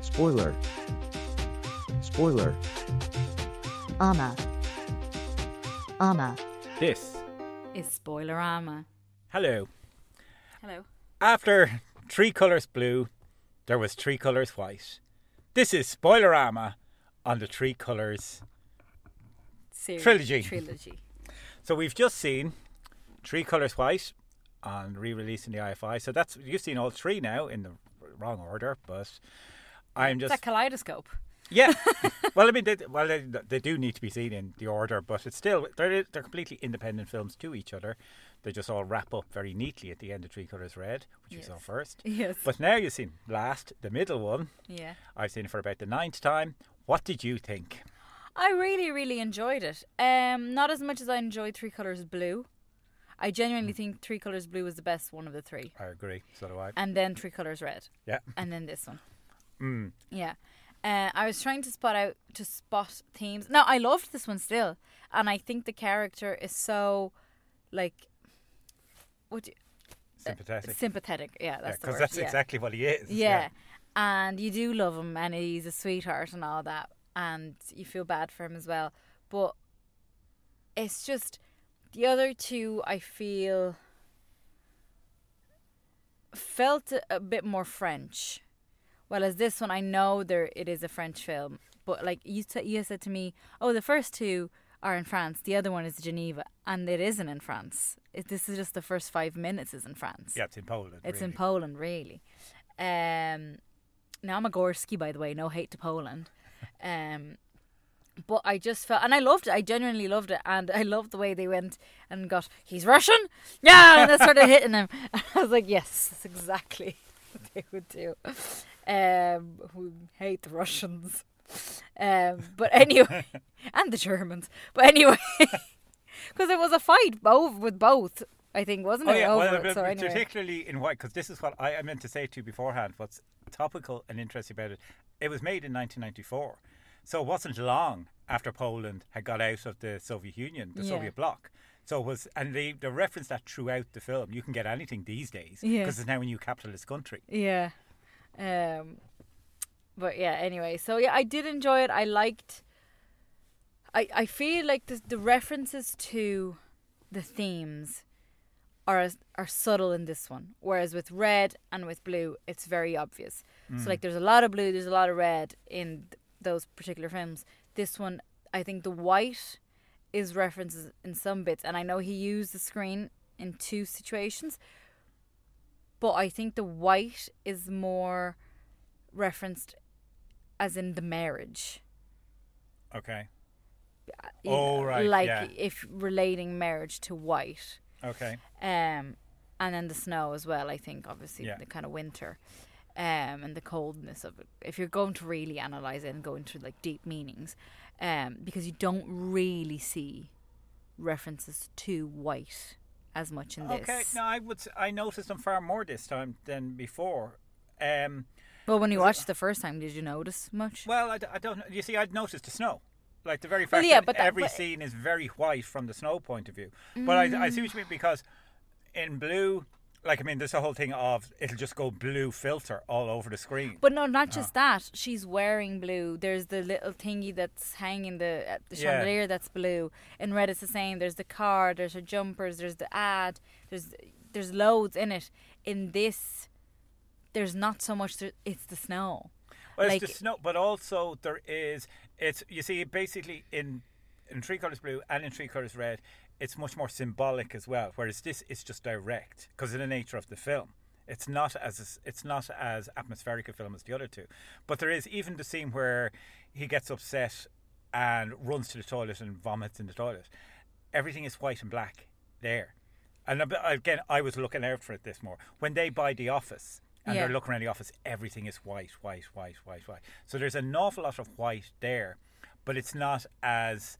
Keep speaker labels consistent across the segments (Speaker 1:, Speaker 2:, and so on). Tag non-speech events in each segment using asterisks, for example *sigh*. Speaker 1: Spoiler. Spoiler.
Speaker 2: Ama. Ama.
Speaker 3: This.
Speaker 4: Is Spoilerama.
Speaker 3: Hello.
Speaker 4: Hello.
Speaker 3: After Three Colours Blue, there was Three Colours White. This is Spoilerama on the Three Colours.
Speaker 4: Series.
Speaker 3: Trilogy.
Speaker 4: Trilogy.
Speaker 3: So we've just seen Three Colours White on re release in the IFI. So that's you've seen all three now in the wrong order, but I'm
Speaker 4: It's
Speaker 3: just
Speaker 4: a kaleidoscope.
Speaker 3: Yeah. *laughs* well, I mean, they, well, they, they do need to be seen in the order, but it's still they're they're completely independent films to each other. They just all wrap up very neatly at the end of Three Colors Red, which you saw
Speaker 4: Yes.
Speaker 3: first.
Speaker 4: Yes.
Speaker 3: But now you've seen last, the middle one.
Speaker 4: Yeah.
Speaker 3: I've seen it for about the ninth time. What did you think?
Speaker 4: I really, really enjoyed it. Um, not as much as I enjoyed Three Colors Blue. I
Speaker 3: Mm.
Speaker 4: genuinely think Three Colors Blue was the best one of the three,
Speaker 3: I agree. So do I.
Speaker 4: and then Three Colors Red,
Speaker 3: Yeah.
Speaker 4: *laughs* and then this one.
Speaker 3: Mm.
Speaker 4: Yeah. Uh, I was trying to spot out to spot themes. Now I loved this one still, and I think the character is so, like, what do you-
Speaker 3: Sympathetic.
Speaker 4: sympathetic. Yeah, that's the
Speaker 3: because
Speaker 4: word.
Speaker 3: that's
Speaker 4: yeah.
Speaker 3: exactly what he is.
Speaker 4: Yeah. And you do love him and he's a sweetheart and all that and you feel bad for him as well. But it's just the other two I feel felt a- a bit more French. Whereas this one I know there it is a French film, but like you t- you said to me, "Oh, the first two are in France. The other one is Geneva." And it isn't in France. It, this is just the first 5 minutes is in France.
Speaker 3: Yeah, it's in Poland.
Speaker 4: It's in
Speaker 3: really.
Speaker 4: Poland, really. Um, now I'm a Gorski, by the way. No hate to Poland.
Speaker 3: *laughs*
Speaker 4: Um, but I just felt, and I loved it. I genuinely loved it, and I loved the way they went and got. He's Russian, yeah, and they started hitting him. *laughs* And I was like, yes, that's exactly what they would do. Um, who hate the Russians, um, but
Speaker 3: *laughs*
Speaker 4: anyway, and the Germans. But anyway, *laughs* because it was a fight both with both. I think wasn't
Speaker 3: Oh
Speaker 4: it?
Speaker 3: yeah,
Speaker 4: Over
Speaker 3: well,
Speaker 4: it,
Speaker 3: but
Speaker 4: so anyway.
Speaker 3: particularly in white, because this is what I, I meant to say to you beforehand. What's topical and interesting about it? It was made in 1994, so it wasn't long after Poland had got out of the Soviet Union, the
Speaker 4: Yeah.
Speaker 3: Soviet bloc. So it was, and they, they reference that throughout the film. You can get anything these days because
Speaker 4: Yeah.
Speaker 3: it's now a new capitalist country.
Speaker 4: Yeah. Um but yeah, anyway. So yeah, I did enjoy it. I liked I I feel like the the references to the themes are are subtle in this one. Whereas with red and with blue, it's very obvious. So like there's a lot of blue, there's a lot of red in th- those particular films. This one, I think the white is references in some bits and I know he used the screen in two situations, but I think the white is more referenced as in the marriage.
Speaker 3: Okay,
Speaker 4: you know,
Speaker 3: Oh, right,
Speaker 4: Like
Speaker 3: yeah.
Speaker 4: if relating marriage to white.
Speaker 3: okay,
Speaker 4: Um and then the snow as well, I think, obviously
Speaker 3: Yeah.
Speaker 4: the kind of winter. Um and the coldness of it. If you're going to really analyze it and go into like deep meanings, um, because you don't really see references to white as much in this.
Speaker 3: okay. No, I would. s- I noticed them far more this time than before. Um,
Speaker 4: But when you watched the first time, did you notice much?
Speaker 3: Well, I, d- I don't. know. You see, I'd noticed the snow. Like the very fact
Speaker 4: Well, yeah,
Speaker 3: that
Speaker 4: but that-
Speaker 3: every
Speaker 4: but-
Speaker 3: scene is very white from the snow point of view. But I, I see what you mean
Speaker 4: Mm.
Speaker 3: because in blue, like I mean, there's a whole thing of it'll just go blue filter all over the screen.
Speaker 4: But no,
Speaker 3: Ah.
Speaker 4: not just that. She's wearing blue. There's the little thingy that's hanging the at the
Speaker 3: Yeah.
Speaker 4: chandelier that's blue. In red, it's the same. There's the car. There's her jumpers. There's the ad. There's there's loads in it. In this, there's not so much. There, it's the snow.
Speaker 3: Well,
Speaker 4: Like-
Speaker 3: it's the snow, but also there is it's you see basically in in three colors blue and in three colors red, it's much more symbolic as well. Whereas this is just direct because of the nature of the film. It's not as it's not as atmospheric a film as the other two, but there is even the scene where he gets upset and runs to the toilet and vomits in the toilet. Everything is white and black there. And a bit- again, I was looking out for it this more. When they buy the office and
Speaker 4: Yeah.
Speaker 3: they're looking around the office, everything is white, white, white, white, white. So there's an awful lot of white there, but it's not as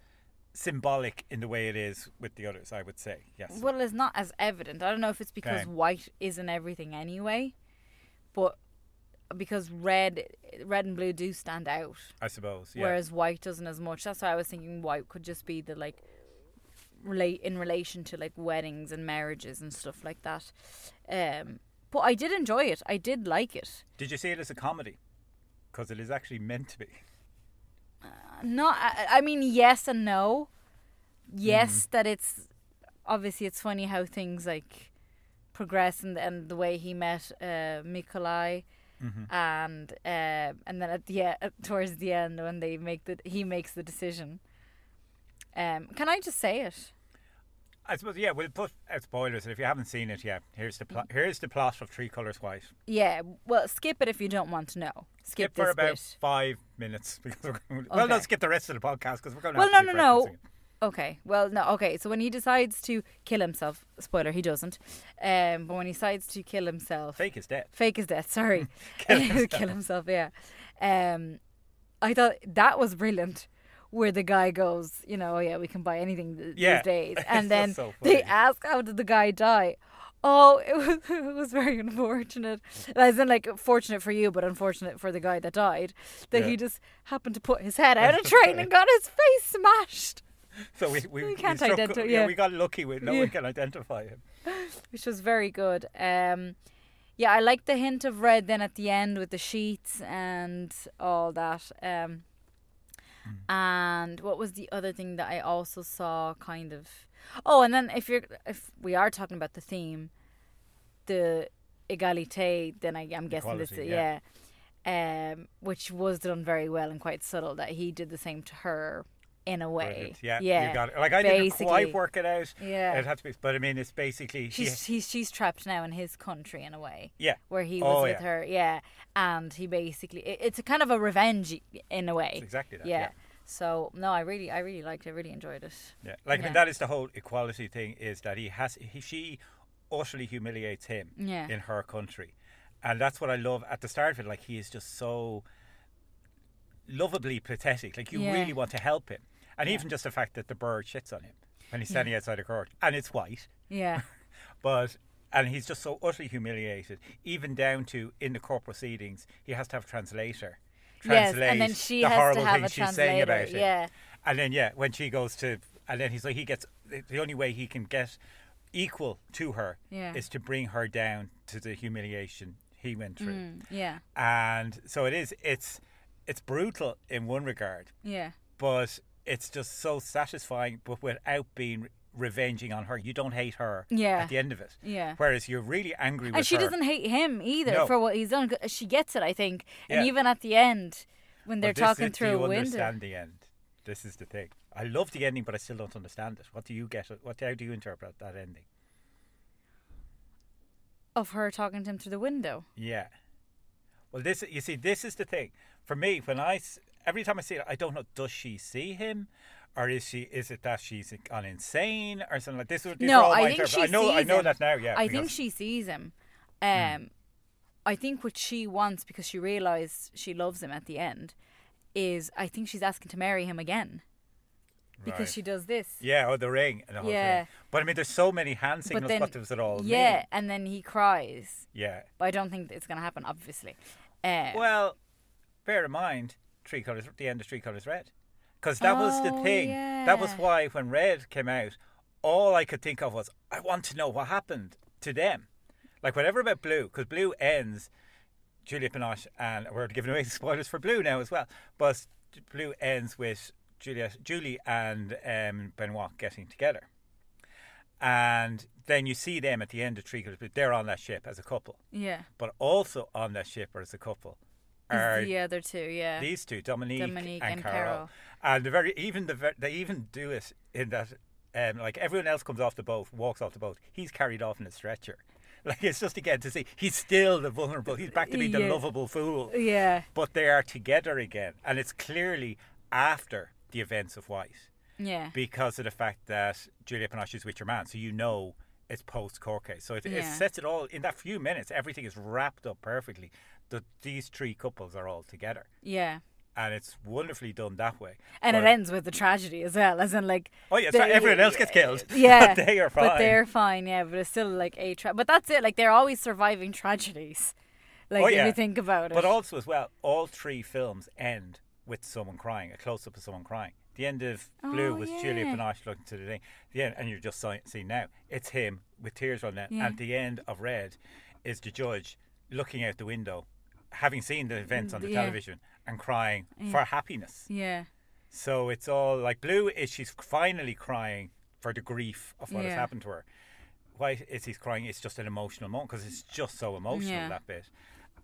Speaker 3: symbolic in the way it is with the others, I would say. Yes.
Speaker 4: Well, it's not as evident. I don't know if it's because
Speaker 3: Okay.
Speaker 4: white isn't everything anyway, but because red, red and blue do stand out.
Speaker 3: I suppose. Yeah.
Speaker 4: whereas white doesn't as much. That's why I was thinking white could just be the like relate in relation to like weddings and marriages and stuff like that. Um, But I did enjoy it. I did like it.
Speaker 3: Did you see it as a comedy? Because it is actually meant to be.
Speaker 4: Not. I, I mean, yes and no. Yes, that it's obviously it's funny how things like progress and and the way he met uh, Mikolai. And uh, and then at the e- at- towards the end when they make the he makes the decision. Um, can I just say it?
Speaker 3: I suppose yeah. We'll put out spoilers, and if you haven't seen it yet, here's the
Speaker 4: Mm.
Speaker 3: plot. Here's the plot of Three Colors White.
Speaker 4: Yeah. Well, skip it if you don't want to know. Skip,
Speaker 3: skip for
Speaker 4: this
Speaker 3: about
Speaker 4: bit.
Speaker 3: five minutes *laughs* because we're going, well, no,
Speaker 4: Okay.
Speaker 3: skip the rest of the podcast because we're going. to
Speaker 4: Well, no,
Speaker 3: have to
Speaker 4: no,
Speaker 3: keep
Speaker 4: no.
Speaker 3: referencing it.
Speaker 4: Okay. Well, no. Okay. So when he decides to kill himself, spoiler, he doesn't. Um, but when he decides to kill himself,
Speaker 3: Fake is dead.
Speaker 4: fake his death.
Speaker 3: *laughs*
Speaker 4: Sorry, *laughs* kill himself. Yeah. Um, I thought that was brilliant. Where the guy goes, you know, oh yeah, we can buy anything th-
Speaker 3: Yeah. *laughs*
Speaker 4: these days,
Speaker 3: That's
Speaker 4: and then
Speaker 3: so funny.
Speaker 4: they ask how did the guy die. Oh, it was *laughs* it was very unfortunate. As in, like, fortunate for you, but unfortunate for the guy that died, that
Speaker 3: Yeah.
Speaker 4: he just happened to put his head out
Speaker 3: *laughs*
Speaker 4: of train and got his face smashed.
Speaker 3: So we
Speaker 4: *laughs*
Speaker 3: we,
Speaker 4: We can't
Speaker 3: struck-
Speaker 4: identi-
Speaker 3: Yeah,
Speaker 4: yeah.
Speaker 3: we got lucky with no
Speaker 4: Yeah.
Speaker 3: one can identify him.
Speaker 4: which was very good. Um, yeah, I like the hint of red then at the end with the sheets and all that. Um,
Speaker 3: Mm.
Speaker 4: And what was the other thing that I also saw? Kind of. Oh, and then if you're if we are talking about the theme, the egalite, then I, I'm guessing this,
Speaker 3: Equality,
Speaker 4: yeah. Um, which was done very well and quite subtle that he did the same to her in a way.
Speaker 3: Brilliant. Yeah, you got it. Like I didn't quite
Speaker 4: basically.
Speaker 3: work it out.
Speaker 4: Yeah.
Speaker 3: it had to be. But I mean, it's basically
Speaker 4: She's
Speaker 3: yeah,
Speaker 4: he's, she's trapped now in his country in a way.
Speaker 3: Yeah.
Speaker 4: Where he was
Speaker 3: Oh,
Speaker 4: with
Speaker 3: yeah.
Speaker 4: her, yeah, and he basically it, it's a kind of a revenge y- in a way.
Speaker 3: It's exactly that, yeah.
Speaker 4: So no, I really I really liked it. I really enjoyed it.
Speaker 3: yeah. Like I mean,
Speaker 4: Yeah.
Speaker 3: that is the whole equality thing. Is that he has he, she utterly humiliates him
Speaker 4: Yeah.
Speaker 3: in her country, and that's what I love at the start of it. Like he is just so lovably pathetic. Like you
Speaker 4: Yeah.
Speaker 3: really want to help him, and even just the fact that the bird shits on him when he's standing outside the court, and it's white. *laughs*
Speaker 4: Yeah.
Speaker 3: But and he's just so utterly humiliated, even down to in the court proceedings, he has to have a translator.
Speaker 4: Yes,
Speaker 3: Translate
Speaker 4: and then she
Speaker 3: the
Speaker 4: has to
Speaker 3: horrible
Speaker 4: have
Speaker 3: thing
Speaker 4: a
Speaker 3: she's saying about
Speaker 4: translator,
Speaker 3: it.
Speaker 4: yeah.
Speaker 3: And then yeah, when she goes to and then he's like he gets the only way he can get equal to her
Speaker 4: Yeah.
Speaker 3: is to bring her down to the humiliation he went through.
Speaker 4: Yeah.
Speaker 3: And so it is it's it's brutal in one regard,
Speaker 4: Yeah.
Speaker 3: but it's just so satisfying but without being revenging on her you don't hate her
Speaker 4: Yeah.
Speaker 3: at the end of it
Speaker 4: Yeah.
Speaker 3: whereas you're really angry with
Speaker 4: And she
Speaker 3: her
Speaker 4: doesn't hate him either
Speaker 3: No.
Speaker 4: for what he's done. 'cause She gets it, I think.
Speaker 3: Yeah.
Speaker 4: And even at the end, when
Speaker 3: But
Speaker 4: they're
Speaker 3: this
Speaker 4: talking
Speaker 3: is-
Speaker 4: through
Speaker 3: do
Speaker 4: a
Speaker 3: you
Speaker 4: window,
Speaker 3: understand the end this is the thing I love the ending but I still don't understand it what do you get what how do you interpret that ending
Speaker 4: of her talking to him through the window.
Speaker 3: yeah well this you see this is the thing for me when I s- every time I see it I don't know does she see him or is she is it that she's gone insane or something like this is- these are
Speaker 4: no,
Speaker 3: all my
Speaker 4: I think she
Speaker 3: interpret- I know
Speaker 4: sees
Speaker 3: I know
Speaker 4: him.
Speaker 3: that now yeah
Speaker 4: I think
Speaker 3: because- Hmm.
Speaker 4: she sees him. Um, I think what she wants because she realized she loves him at the end is I think she's asking to marry him again because
Speaker 3: Right.
Speaker 4: she does this.
Speaker 3: Yeah, or the ring and the whole
Speaker 4: Yeah.
Speaker 3: thing. But I mean, there's so many hand signals.
Speaker 4: then-
Speaker 3: what does it all
Speaker 4: yeah,
Speaker 3: mean?
Speaker 4: and then he cries,
Speaker 3: Yeah.
Speaker 4: but I don't think that it's going to happen. Obviously, uh,
Speaker 3: Well, bear in mind, three colors. The end of three colors red, because that was the
Speaker 4: Oh,
Speaker 3: thing. That was
Speaker 4: yeah.
Speaker 3: why when red came out, all I could think of was I want to know what happened to them, like whatever about blue, because blue ends. Julia Pinoche and we're giving away *laughs* spoilers for blue now as well. But blue ends with Julia, Julie and um, Benoit getting together. And then you see them at the end of Three Colors Blue. They're on that ship as a couple.
Speaker 4: yeah,
Speaker 3: But also on that ship as a couple are
Speaker 4: It's the other two, yeah,
Speaker 3: these two, Dominique,
Speaker 4: Dominique
Speaker 3: and,
Speaker 4: and
Speaker 3: Carol.
Speaker 4: Carol.
Speaker 3: And the very even the ver- they even do it in that um, like everyone else comes off the boat, walks off the boat. He's carried off in a stretcher. *laughs* Like it's just again to see he's still the vulnerable. He's back to be the
Speaker 4: Yeah.
Speaker 3: lovable fool.
Speaker 4: yeah,
Speaker 3: But they are together again, and it's clearly after the events of White
Speaker 4: yeah,
Speaker 3: because of the fact that Julia Pinoche is with your man, so you know it's post court case. So it, it
Speaker 4: Yeah.
Speaker 3: sets it all in that few minutes. Everything is wrapped up perfectly. That these three couples are all together
Speaker 4: yeah.
Speaker 3: and it's wonderfully done that way.
Speaker 4: And it
Speaker 3: But-
Speaker 4: ends with the tragedy as well, as in like
Speaker 3: Oh, yeah, it's right, everyone else gets killed, *laughs* but
Speaker 4: Yeah,
Speaker 3: they are
Speaker 4: But
Speaker 3: fine.
Speaker 4: they're fine, yeah. But it's still like a tra- but that's it. Like they're always surviving tragedies. Like
Speaker 3: Oh,
Speaker 4: if
Speaker 3: yeah.
Speaker 4: you think about it,
Speaker 3: But also as well, all three films end with someone crying, a close up of someone crying. The end of Blue
Speaker 4: Oh,
Speaker 3: was Julia
Speaker 4: yeah.
Speaker 3: Pinoche looking to the thing. The end, and you're just si- seeing now it's him with tears running down.
Speaker 4: Yeah.
Speaker 3: At the end of Red, is the judge looking out the window, having seen the events on the
Speaker 4: Mm, Yeah.
Speaker 3: television, and crying for happiness.
Speaker 4: Yeah.
Speaker 3: So it's all like blue is she's finally crying for the grief of what has
Speaker 4: Yeah.
Speaker 3: happened to her. White is he's crying. It's just an emotional moment because it's just so emotional
Speaker 4: Yeah.
Speaker 3: that bit.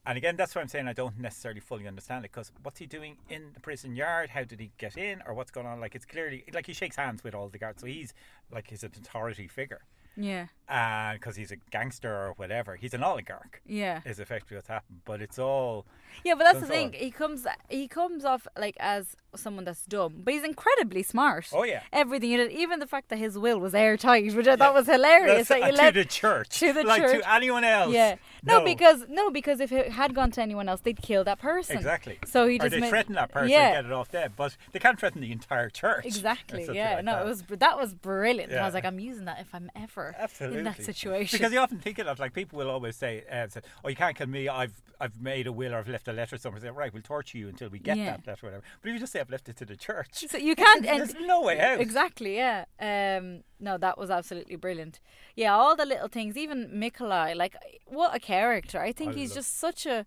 Speaker 3: And again, that's why I'm saying I don't necessarily fully understand it because what's he doing in the prison yard? How did he get in, or what's going on? Like it's clearly like he shakes hands with all the guards, so he's like he's an authority figure,
Speaker 4: Yeah.
Speaker 3: and because he's a gangster or whatever, he's an oligarch.
Speaker 4: Yeah.
Speaker 3: Is effectively what's happened, but it's all
Speaker 4: Yeah, but that's the
Speaker 3: Don't
Speaker 4: thing.
Speaker 3: follow.
Speaker 4: He comes he comes off like as someone that's dumb, but he's incredibly smart.
Speaker 3: Oh, yeah.
Speaker 4: Everything he did, even the fact that his will was airtight, which I thought was hilarious. That you
Speaker 3: to
Speaker 4: let
Speaker 3: the church,
Speaker 4: to the
Speaker 3: like
Speaker 4: church.
Speaker 3: to anyone else.
Speaker 4: Yeah. No, because no, because if it had gone to anyone else, they'd kill that person.
Speaker 3: Exactly.
Speaker 4: So he
Speaker 3: or
Speaker 4: just
Speaker 3: they
Speaker 4: made-
Speaker 3: threaten that person and
Speaker 4: Yeah.
Speaker 3: get it off them, but they can't threaten the entire church. or
Speaker 4: *laughs* Exactly.
Speaker 3: something
Speaker 4: Yeah.
Speaker 3: like
Speaker 4: no,
Speaker 3: that.
Speaker 4: it was br- that was brilliant. I
Speaker 3: Yeah.
Speaker 4: was like, I'm using that if I'm ever
Speaker 3: Absolutely.
Speaker 4: in that situation.
Speaker 3: Because you often think of like people will always say, uh, say, "Oh, you can't kill me. I've I've made a will or I've left a letter somewhere." Say, right, we'll torture you until we get
Speaker 4: Yeah.
Speaker 3: that letter, or whatever. But if you just say I've left it to the church,
Speaker 4: *laughs* so you
Speaker 3: *laughs*
Speaker 4: can't.
Speaker 3: there's
Speaker 4: and- e-,
Speaker 3: no way out.
Speaker 4: Exactly, yeah. Um, no, that was absolutely brilliant. Yeah, all the little things, even Mikolai, like what a character. I think
Speaker 3: I
Speaker 4: he's
Speaker 3: love-
Speaker 4: just such a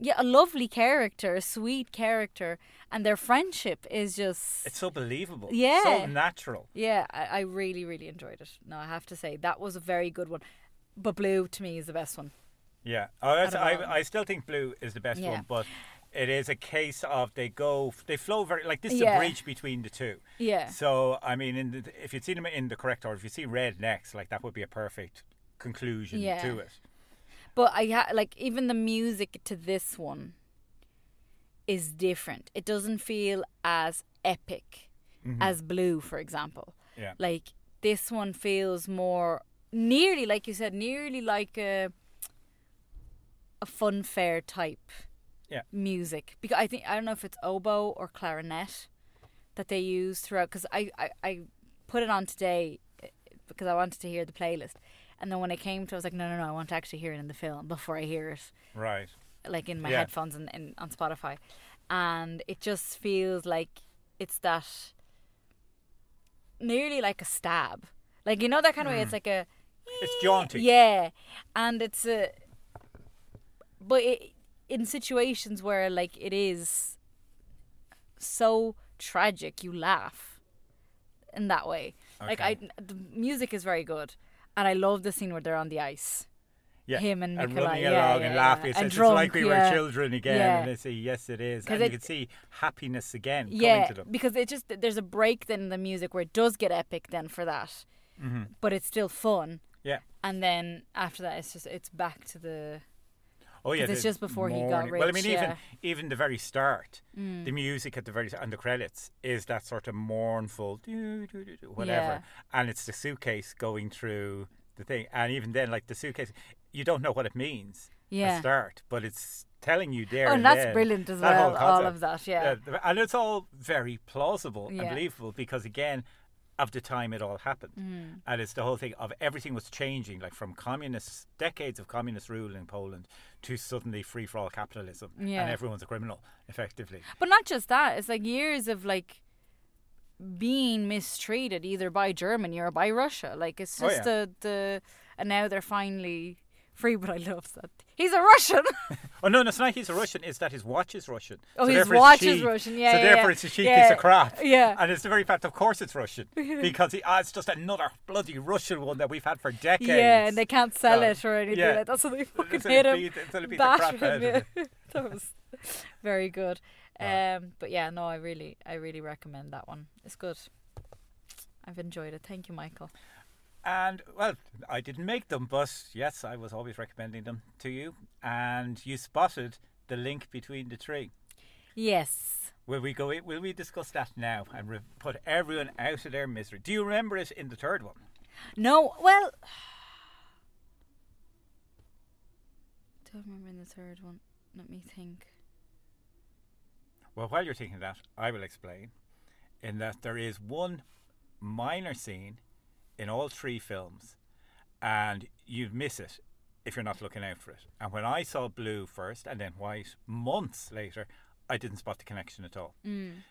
Speaker 4: yeah, a lovely character, a sweet character, and their friendship is just
Speaker 3: It's so believable.
Speaker 4: Yeah.
Speaker 3: So natural.
Speaker 4: yeah, I, I really, really enjoyed it. No, I have to say that was a very good one. But blue to me is the best one.
Speaker 3: Yeah. Oh, that's,
Speaker 4: Out of all-
Speaker 3: I I still think blue is the best
Speaker 4: Yeah.
Speaker 3: one, but. It is a case of they go, they flow very like this is
Speaker 4: Yeah.
Speaker 3: a bridge between the two.
Speaker 4: Yeah,
Speaker 3: So I mean, in the, if you'd seen him in the correct order, if you see red next, like that would be a perfect conclusion
Speaker 4: Yeah.
Speaker 3: to it.
Speaker 4: but I ha- like even the music to this one is different. It doesn't feel as epic as blue, for example.
Speaker 3: Mm-hmm. Yeah.
Speaker 4: like this one feels more nearly like you said nearly like a a fun fair type
Speaker 3: Yeah.
Speaker 4: music because i think i don't know if it's oboe or clarinet that they use throughout because I, I i put it on today eh, because i wanted to hear the playlist and then when it came to i was like no no no i want to actually hear it in the film *laughs* before i hear it
Speaker 3: Right.
Speaker 4: like in my
Speaker 3: Yeah.
Speaker 4: headphones and, and on Spotify, and it just feels like it's that nearly like a stab, like you know that kind of way. It's like a
Speaker 3: It's jaunty.
Speaker 4: yeah, and it's a but it, in situations where like it is so tragic, you laugh in that way. Like I,
Speaker 3: Okay.
Speaker 4: the music is very good, and I love the scene where they're on the ice.
Speaker 3: Yeah.
Speaker 4: Him and Nicola,
Speaker 3: running
Speaker 4: yeah,
Speaker 3: along
Speaker 4: yeah,
Speaker 3: and
Speaker 4: yeah.
Speaker 3: laughing. It's,
Speaker 4: And
Speaker 3: it's
Speaker 4: drunk,
Speaker 3: like we
Speaker 4: yeah.
Speaker 3: were children again.
Speaker 4: Yeah.
Speaker 3: And they say, yes, it is.
Speaker 4: 'Cause
Speaker 3: And
Speaker 4: it-
Speaker 3: you can see happiness again
Speaker 4: yeah,
Speaker 3: coming to them.
Speaker 4: because it just there's a break then in the music where it does get epic then for that,
Speaker 3: Mm-hmm.
Speaker 4: but it's still fun.
Speaker 3: Yeah.
Speaker 4: And then after that, it's just it's back to the
Speaker 3: Oh yeah,
Speaker 4: 'Cause it's
Speaker 3: the
Speaker 4: just before he got
Speaker 3: Well, I
Speaker 4: rich,
Speaker 3: mean,
Speaker 4: yeah. Mm.
Speaker 3: even even the very start, the music at the very and the credits is that sort of mournful, doo, doo, doo, doo, whatever,
Speaker 4: Yeah.
Speaker 3: and it's the suitcase going through the thing, and even then, like the suitcase, you don't know what it means
Speaker 4: Yeah.
Speaker 3: at start, but it's telling you there.
Speaker 4: Oh,
Speaker 3: and
Speaker 4: that's
Speaker 3: then,
Speaker 4: brilliant as
Speaker 3: that whole
Speaker 4: well, all of
Speaker 3: concept.
Speaker 4: that, yeah.
Speaker 3: th- and it's all very plausible and
Speaker 4: Yeah.
Speaker 3: believable because again. Of the time it all happened,
Speaker 4: Mm.
Speaker 3: and it's the whole thing of everything was changing, like from communist decades of communist rule in Poland to suddenly free for all capitalism,
Speaker 4: Yeah.
Speaker 3: and everyone's a criminal effectively.
Speaker 4: But not just that, it's like years of like being mistreated either by Germany or by Russia. Like it's
Speaker 3: Oh,
Speaker 4: just
Speaker 3: yeah.
Speaker 4: the the and now they're finally free. But I love that he's a Russian. *laughs*
Speaker 3: Oh no, no, it's not he's a Russian. It's that his watch is Russian.
Speaker 4: Oh, his
Speaker 3: therefore it's
Speaker 4: watch is
Speaker 3: cheap.
Speaker 4: Russian, yeah,
Speaker 3: So
Speaker 4: yeah,
Speaker 3: therefore,
Speaker 4: yeah.
Speaker 3: it's a cheap
Speaker 4: Yeah.
Speaker 3: piece of crap.
Speaker 4: *laughs* Yeah.
Speaker 3: And it's the very fact, of course, it's
Speaker 4: *laughs*
Speaker 3: Russian because he, ah, it's just another bloody Russian one that we've had for decades.
Speaker 4: yeah, and they can't sell
Speaker 3: So,
Speaker 4: it or anything
Speaker 3: yeah.
Speaker 4: like that, so they
Speaker 3: *laughs*
Speaker 4: fucking
Speaker 3: So they
Speaker 4: hit him.
Speaker 3: beat- so they beat the
Speaker 4: *laughs* bash
Speaker 3: crap
Speaker 4: him.
Speaker 3: out of
Speaker 4: yeah. *laughs*
Speaker 3: it.
Speaker 4: that was very good. Um, but yeah, no, I really, I really recommend that one. It's good. I've enjoyed it. Thank you, Michael.
Speaker 3: And well, I didn't make them, but yes, I was always recommending them to you, and you spotted the link between the three.
Speaker 4: Yes.
Speaker 3: Will we go? in- Will we discuss that now and re- put everyone out of their misery? Do you remember it in the third one?
Speaker 4: No. Well. *sighs* Don't remember in the third one. Let me think.
Speaker 3: Well, while you're thinking that, I will explain. In that there is one minor scene in all three films, and you'd miss it if you're not looking out for it. And when I saw blue first and then white months later, I didn't spot the connection at all. Then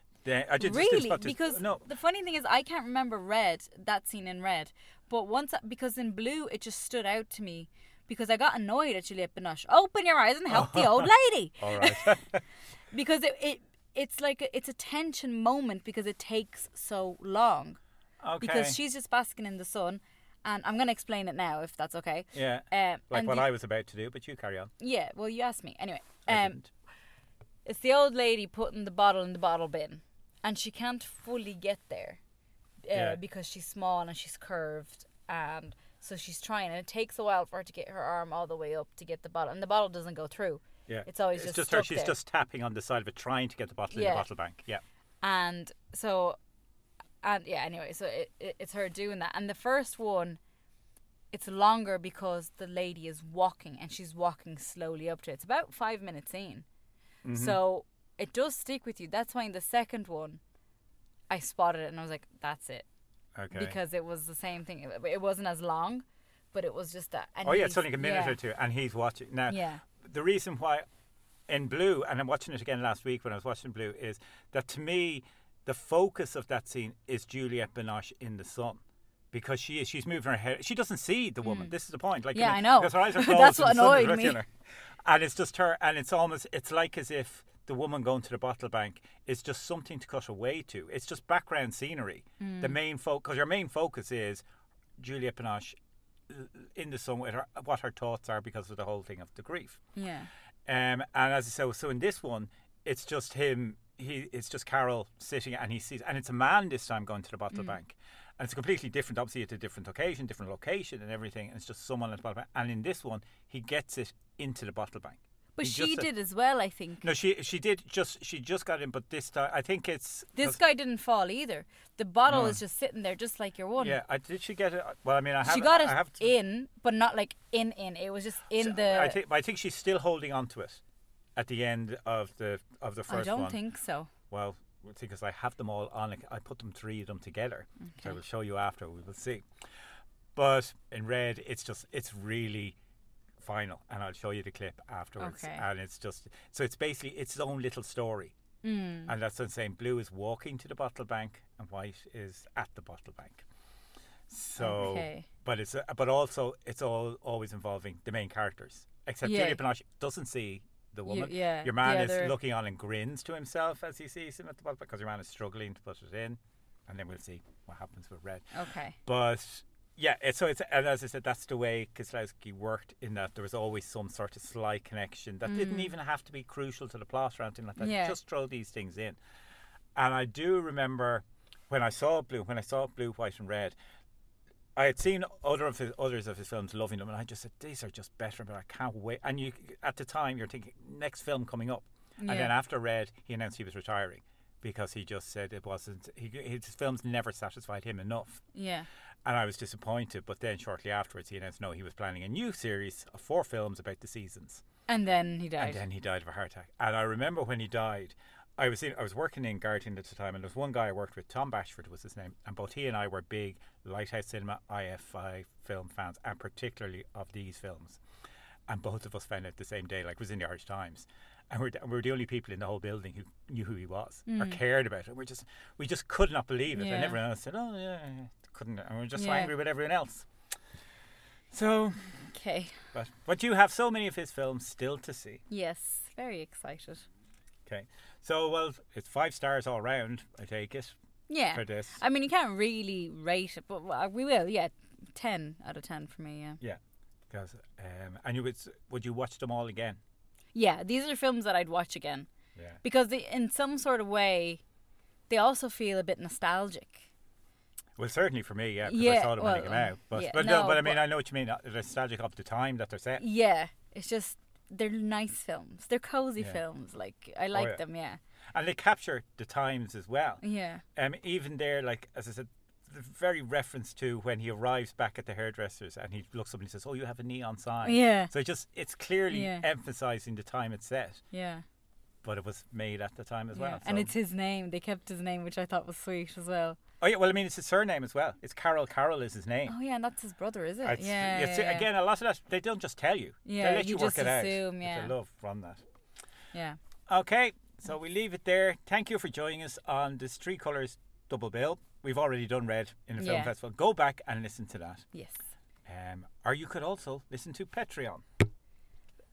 Speaker 3: I just didn't
Speaker 4: Mm. really?
Speaker 3: spot this-
Speaker 4: Because
Speaker 3: no,
Speaker 4: the funny thing is, I can't remember red that scene in red, but once I- because in blue it just stood out to me because I got annoyed at Juliette Binoche. Open your eyes and help
Speaker 3: *laughs*
Speaker 4: the old lady.
Speaker 3: All
Speaker 4: *laughs*
Speaker 3: right. *laughs*
Speaker 4: Because it, it it's like a, it's a tension moment because it takes so long.
Speaker 3: Okay.
Speaker 4: Because she's just basking in the sun, and I'm gonna explain it now if that's okay.
Speaker 3: yeah.
Speaker 4: Um,
Speaker 3: like
Speaker 4: and
Speaker 3: what
Speaker 4: the-
Speaker 3: I was about to do, but you carry on.
Speaker 4: Yeah. Well, you asked me anyway.
Speaker 3: I
Speaker 4: Um,
Speaker 3: didn't.
Speaker 4: it's the old lady putting the bottle in the bottle bin, and she can't fully get there uh,
Speaker 3: Yeah.
Speaker 4: because she's small and she's curved, and so she's trying. And it takes a while for her to get her arm all the way up to get the bottle, and the bottle doesn't go through.
Speaker 3: Yeah.
Speaker 4: it's always
Speaker 3: it's
Speaker 4: just
Speaker 3: her.
Speaker 4: stuck
Speaker 3: She's
Speaker 4: there.
Speaker 3: just tapping on the side of it, trying to get the bottle in
Speaker 4: Yeah.
Speaker 3: the bottle bank. Yeah.
Speaker 4: and so and yeah anyway so it, it, it's her doing that and the first one it's longer because the lady is walking and she's walking slowly up to it it's about five minutes in
Speaker 3: Mm-hmm.
Speaker 4: so it does stick with you that's why in the second one i spotted it and i was like that's it
Speaker 3: Mm-hmm. Okay.
Speaker 4: because it was the same thing it, it wasn't as long but it was just that and
Speaker 3: oh yeah, it's
Speaker 4: he's-
Speaker 3: only a minute
Speaker 4: yeah,
Speaker 3: or two, and he's watching now.
Speaker 4: yeah
Speaker 3: the reason why in blue and i'm watching it again last week when i was watching blue is that to me the focus of that scene is juliette binoche in the sun because she is she's moving her head she doesn't see the woman this is the point like
Speaker 4: Mm. Yeah, I know.
Speaker 3: because her eyes are
Speaker 4: *laughs* That's
Speaker 3: closed
Speaker 4: what
Speaker 3: and the sun is
Speaker 4: annoyed
Speaker 3: right
Speaker 4: me.
Speaker 3: in her. and it's just her and it's almost it's like as if the woman going to the bottle bank is just something to cut away to it's just background scenery
Speaker 4: Mm.
Speaker 3: the main focus because your main focus is juliette binoche l- in the sun with her what her thoughts are because of the whole thing of the grief
Speaker 4: yeah
Speaker 3: um, and as I say, so in this one, it's just him. He it's just Carol sitting, and he sees, and it's a man this time going to the
Speaker 4: Mm.
Speaker 3: bottle bank, and it's completely different. Obviously, it's a different occasion, different location, and everything. And it's just someone at the bottle bank. And in this one, he gets it into the bottle bank.
Speaker 4: but
Speaker 3: He
Speaker 4: she
Speaker 3: just-
Speaker 4: did as well i think
Speaker 3: No, she she did just she just got in, but this time I think it's
Speaker 4: this
Speaker 3: 'cause-
Speaker 4: guy didn't fall either the bottle is just sitting there just like your one
Speaker 3: Yeah, I, did she get it? Well, I mean, I have
Speaker 4: she got it
Speaker 3: I have to,
Speaker 4: in, but not like in in. It was just in
Speaker 3: So,
Speaker 4: the.
Speaker 3: I think I think she's still holding on to it at the end of the of the
Speaker 4: I
Speaker 3: first
Speaker 4: don't
Speaker 3: one.
Speaker 4: think so.
Speaker 3: Well, because I have them all on, I put them three of them together. which I will show you after. We will see. But in red, it's just it's really final, and I'll show you the clip afterwards.
Speaker 4: Okay.
Speaker 3: And it's just so it's basically it's its own little story, mm. and that's what I'm saying. Blue is walking to the bottle bank, and white is at the bottle bank. So,
Speaker 4: Okay.
Speaker 3: but it's but also it's all always involving the main characters. Except
Speaker 4: Yeah.
Speaker 3: Julia Binoche doesn't see the
Speaker 4: You-
Speaker 3: woman.
Speaker 4: yeah,
Speaker 3: Your man
Speaker 4: the
Speaker 3: is
Speaker 4: other-
Speaker 3: looking looking on and grins to himself as he sees him at the bottom because your man is struggling to put it in, and then we'll see what happens with red.
Speaker 4: Okay.
Speaker 3: But yeah, it, so it's and as I said, that's the way Kieslowski worked in that there was always some sort of sly connection that didn't even have to be crucial to the plot or anything like that.
Speaker 4: Mm. Yeah.
Speaker 3: Just throw these things in, and I do remember when I saw blue, when I saw blue, white, and red. I had seen other of his, others of his films, loving them, and I just said these are just better. But I can't wait. And you, at the time, you're thinking next film coming up, and then
Speaker 4: Yeah.
Speaker 3: after Red, he announced he was retiring because he just said it wasn't. He, his films never satisfied him enough,
Speaker 4: Yeah.
Speaker 3: and I was disappointed. But then shortly afterwards, he announced no, he was planning a new series of four films about the seasons.
Speaker 4: And then he died.
Speaker 3: And then he died of a heart attack. And I remember when he died, I was in, I was working in Guardian at the time, and there was one guy I worked with, Tom Bashford was his name, and both he and I were big Lighthouse Cinema IFI film fans, and particularly of these films. And both of us found out the same day, like it was in the Irish Times, and we were, we were the only people in the whole building who knew who he was or cared about it. We just we just could not believe it,
Speaker 4: Mm. Yeah.
Speaker 3: and everyone else said, "Oh yeah, yeah, yeah," couldn't," and we were just so
Speaker 4: Yeah.
Speaker 3: angry with everyone else. So,
Speaker 4: okay.
Speaker 3: but but you have so many of his films still to see.
Speaker 4: Yes. Very excited.
Speaker 3: Okay. So, well, it's five stars all round, I take it,
Speaker 4: Yeah.
Speaker 3: for this.
Speaker 4: I mean, you can't really rate it, but well, uh, we will. Yeah. Ten out of ten for me. Yeah.
Speaker 3: Yeah. 'Cause, um, and you would, s- would you watch them all again?
Speaker 4: Yeah. These are films that I'd watch again
Speaker 3: Yeah.
Speaker 4: because they, in some sort of way, they also feel a bit nostalgic.
Speaker 3: Well, certainly for me, yeah, because I
Speaker 4: Yeah,
Speaker 3: saw them when
Speaker 4: well,
Speaker 3: they came out. But,
Speaker 4: yeah,
Speaker 3: but no,
Speaker 4: no,
Speaker 3: but I mean,
Speaker 4: but-
Speaker 3: I know what you mean. uh, The nostalgic of the time that they're set.
Speaker 4: Yeah. It's just they're nice films. They're cozy
Speaker 3: Yeah. Oh,
Speaker 4: films. Like I like
Speaker 3: yeah.
Speaker 4: them. Yeah.
Speaker 3: And they capture the times as well.
Speaker 4: Yeah.
Speaker 3: Um, even there, like, as I said, the very reference to when he arrives back at the hairdresser's and he looks up and he says, Oh, you have a neon sign.
Speaker 4: Yeah.
Speaker 3: So it just, it's clearly
Speaker 4: Yeah.
Speaker 3: emphasizing the time it's set,
Speaker 4: Yeah. but
Speaker 3: but it was made at the time as well.
Speaker 4: And
Speaker 3: so-
Speaker 4: it's his name. They kept his name, which I thought was sweet as well.
Speaker 3: Oh yeah, well I mean it's his surname as well. It's Carol. Carol is his name.
Speaker 4: Oh yeah, and that's his brother, is it?
Speaker 3: It's-
Speaker 4: Oh, yeah,
Speaker 3: it's-
Speaker 4: yeah, yeah.
Speaker 3: Again, a lot of that they don't just tell you.
Speaker 4: Yeah,
Speaker 3: they let you,
Speaker 4: you
Speaker 3: work
Speaker 4: just
Speaker 3: it out.
Speaker 4: assume,
Speaker 3: which
Speaker 4: yeah.
Speaker 3: I love from that.
Speaker 4: Yeah.
Speaker 3: Okay, so we leave it there. Thank you for joining us on this Three Colors Double Bill. We've already done Red in the film
Speaker 4: Yeah.
Speaker 3: festival. Go back and listen to that.
Speaker 4: Yes.
Speaker 3: Um, or you could also listen to Patreon.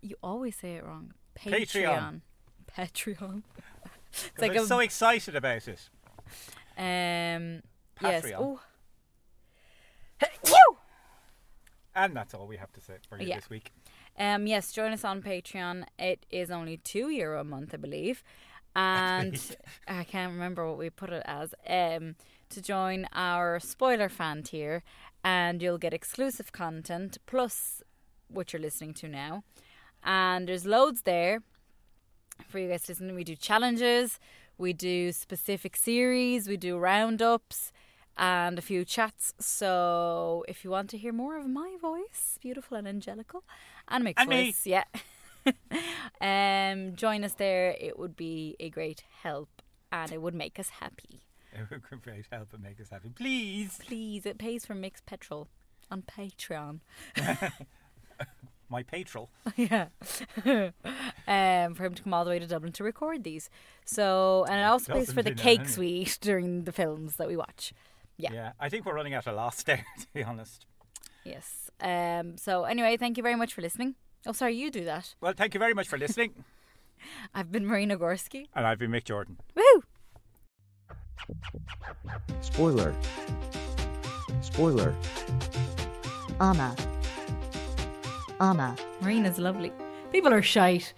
Speaker 4: You always say it wrong.
Speaker 3: Patreon.
Speaker 4: Patreon. Patreon. *laughs* it's
Speaker 3: 'Cause
Speaker 4: like
Speaker 3: I'm
Speaker 4: a
Speaker 3: so excited about it.
Speaker 4: um yes.
Speaker 3: Patreon.
Speaker 4: Oh. Woo!
Speaker 3: And that's all we have to say for you
Speaker 4: Yeah.
Speaker 3: this week. *laughs*
Speaker 4: Um, yes, join us on Patreon. It is only two euro a month, I believe, and *laughs* I can't remember what we put it as. Um, to join our spoiler fan tier, and you'll get exclusive content plus what you're listening to now. And there's loads there for you guys listening. We do challenges, we do specific series, we do roundups, and a few chats. So if you want to hear more of my voice, beautiful and angelical, and Mick's
Speaker 3: And me.
Speaker 4: voice, yeah, *laughs* um, join us there. It would be a great help, and it would make us happy.
Speaker 3: It would be great help and make us happy. Please.
Speaker 4: Please, it pays for Mick's petrol on Patreon.
Speaker 3: My patrol.
Speaker 4: *laughs* yeah. um, for him to come all the way to Dublin to record these. So, and it also pays
Speaker 3: Doesn't
Speaker 4: for the
Speaker 3: do that,
Speaker 4: cakes
Speaker 3: doesn't
Speaker 4: we eat *laughs* during the films that we watch. Yeah.
Speaker 3: Yeah. I think we're running out of last *laughs* there, to be honest.
Speaker 4: Yes. Um, so, anyway, thank you very much for listening. Oh, sorry, you do that.
Speaker 3: Well, thank you very much for listening.
Speaker 4: I've been Marina Gorski.
Speaker 3: and I've been Mick Jordan.
Speaker 4: Woo!
Speaker 1: Spoiler. Spoiler.
Speaker 2: ama, ama.
Speaker 4: Marina's lovely. People are shite.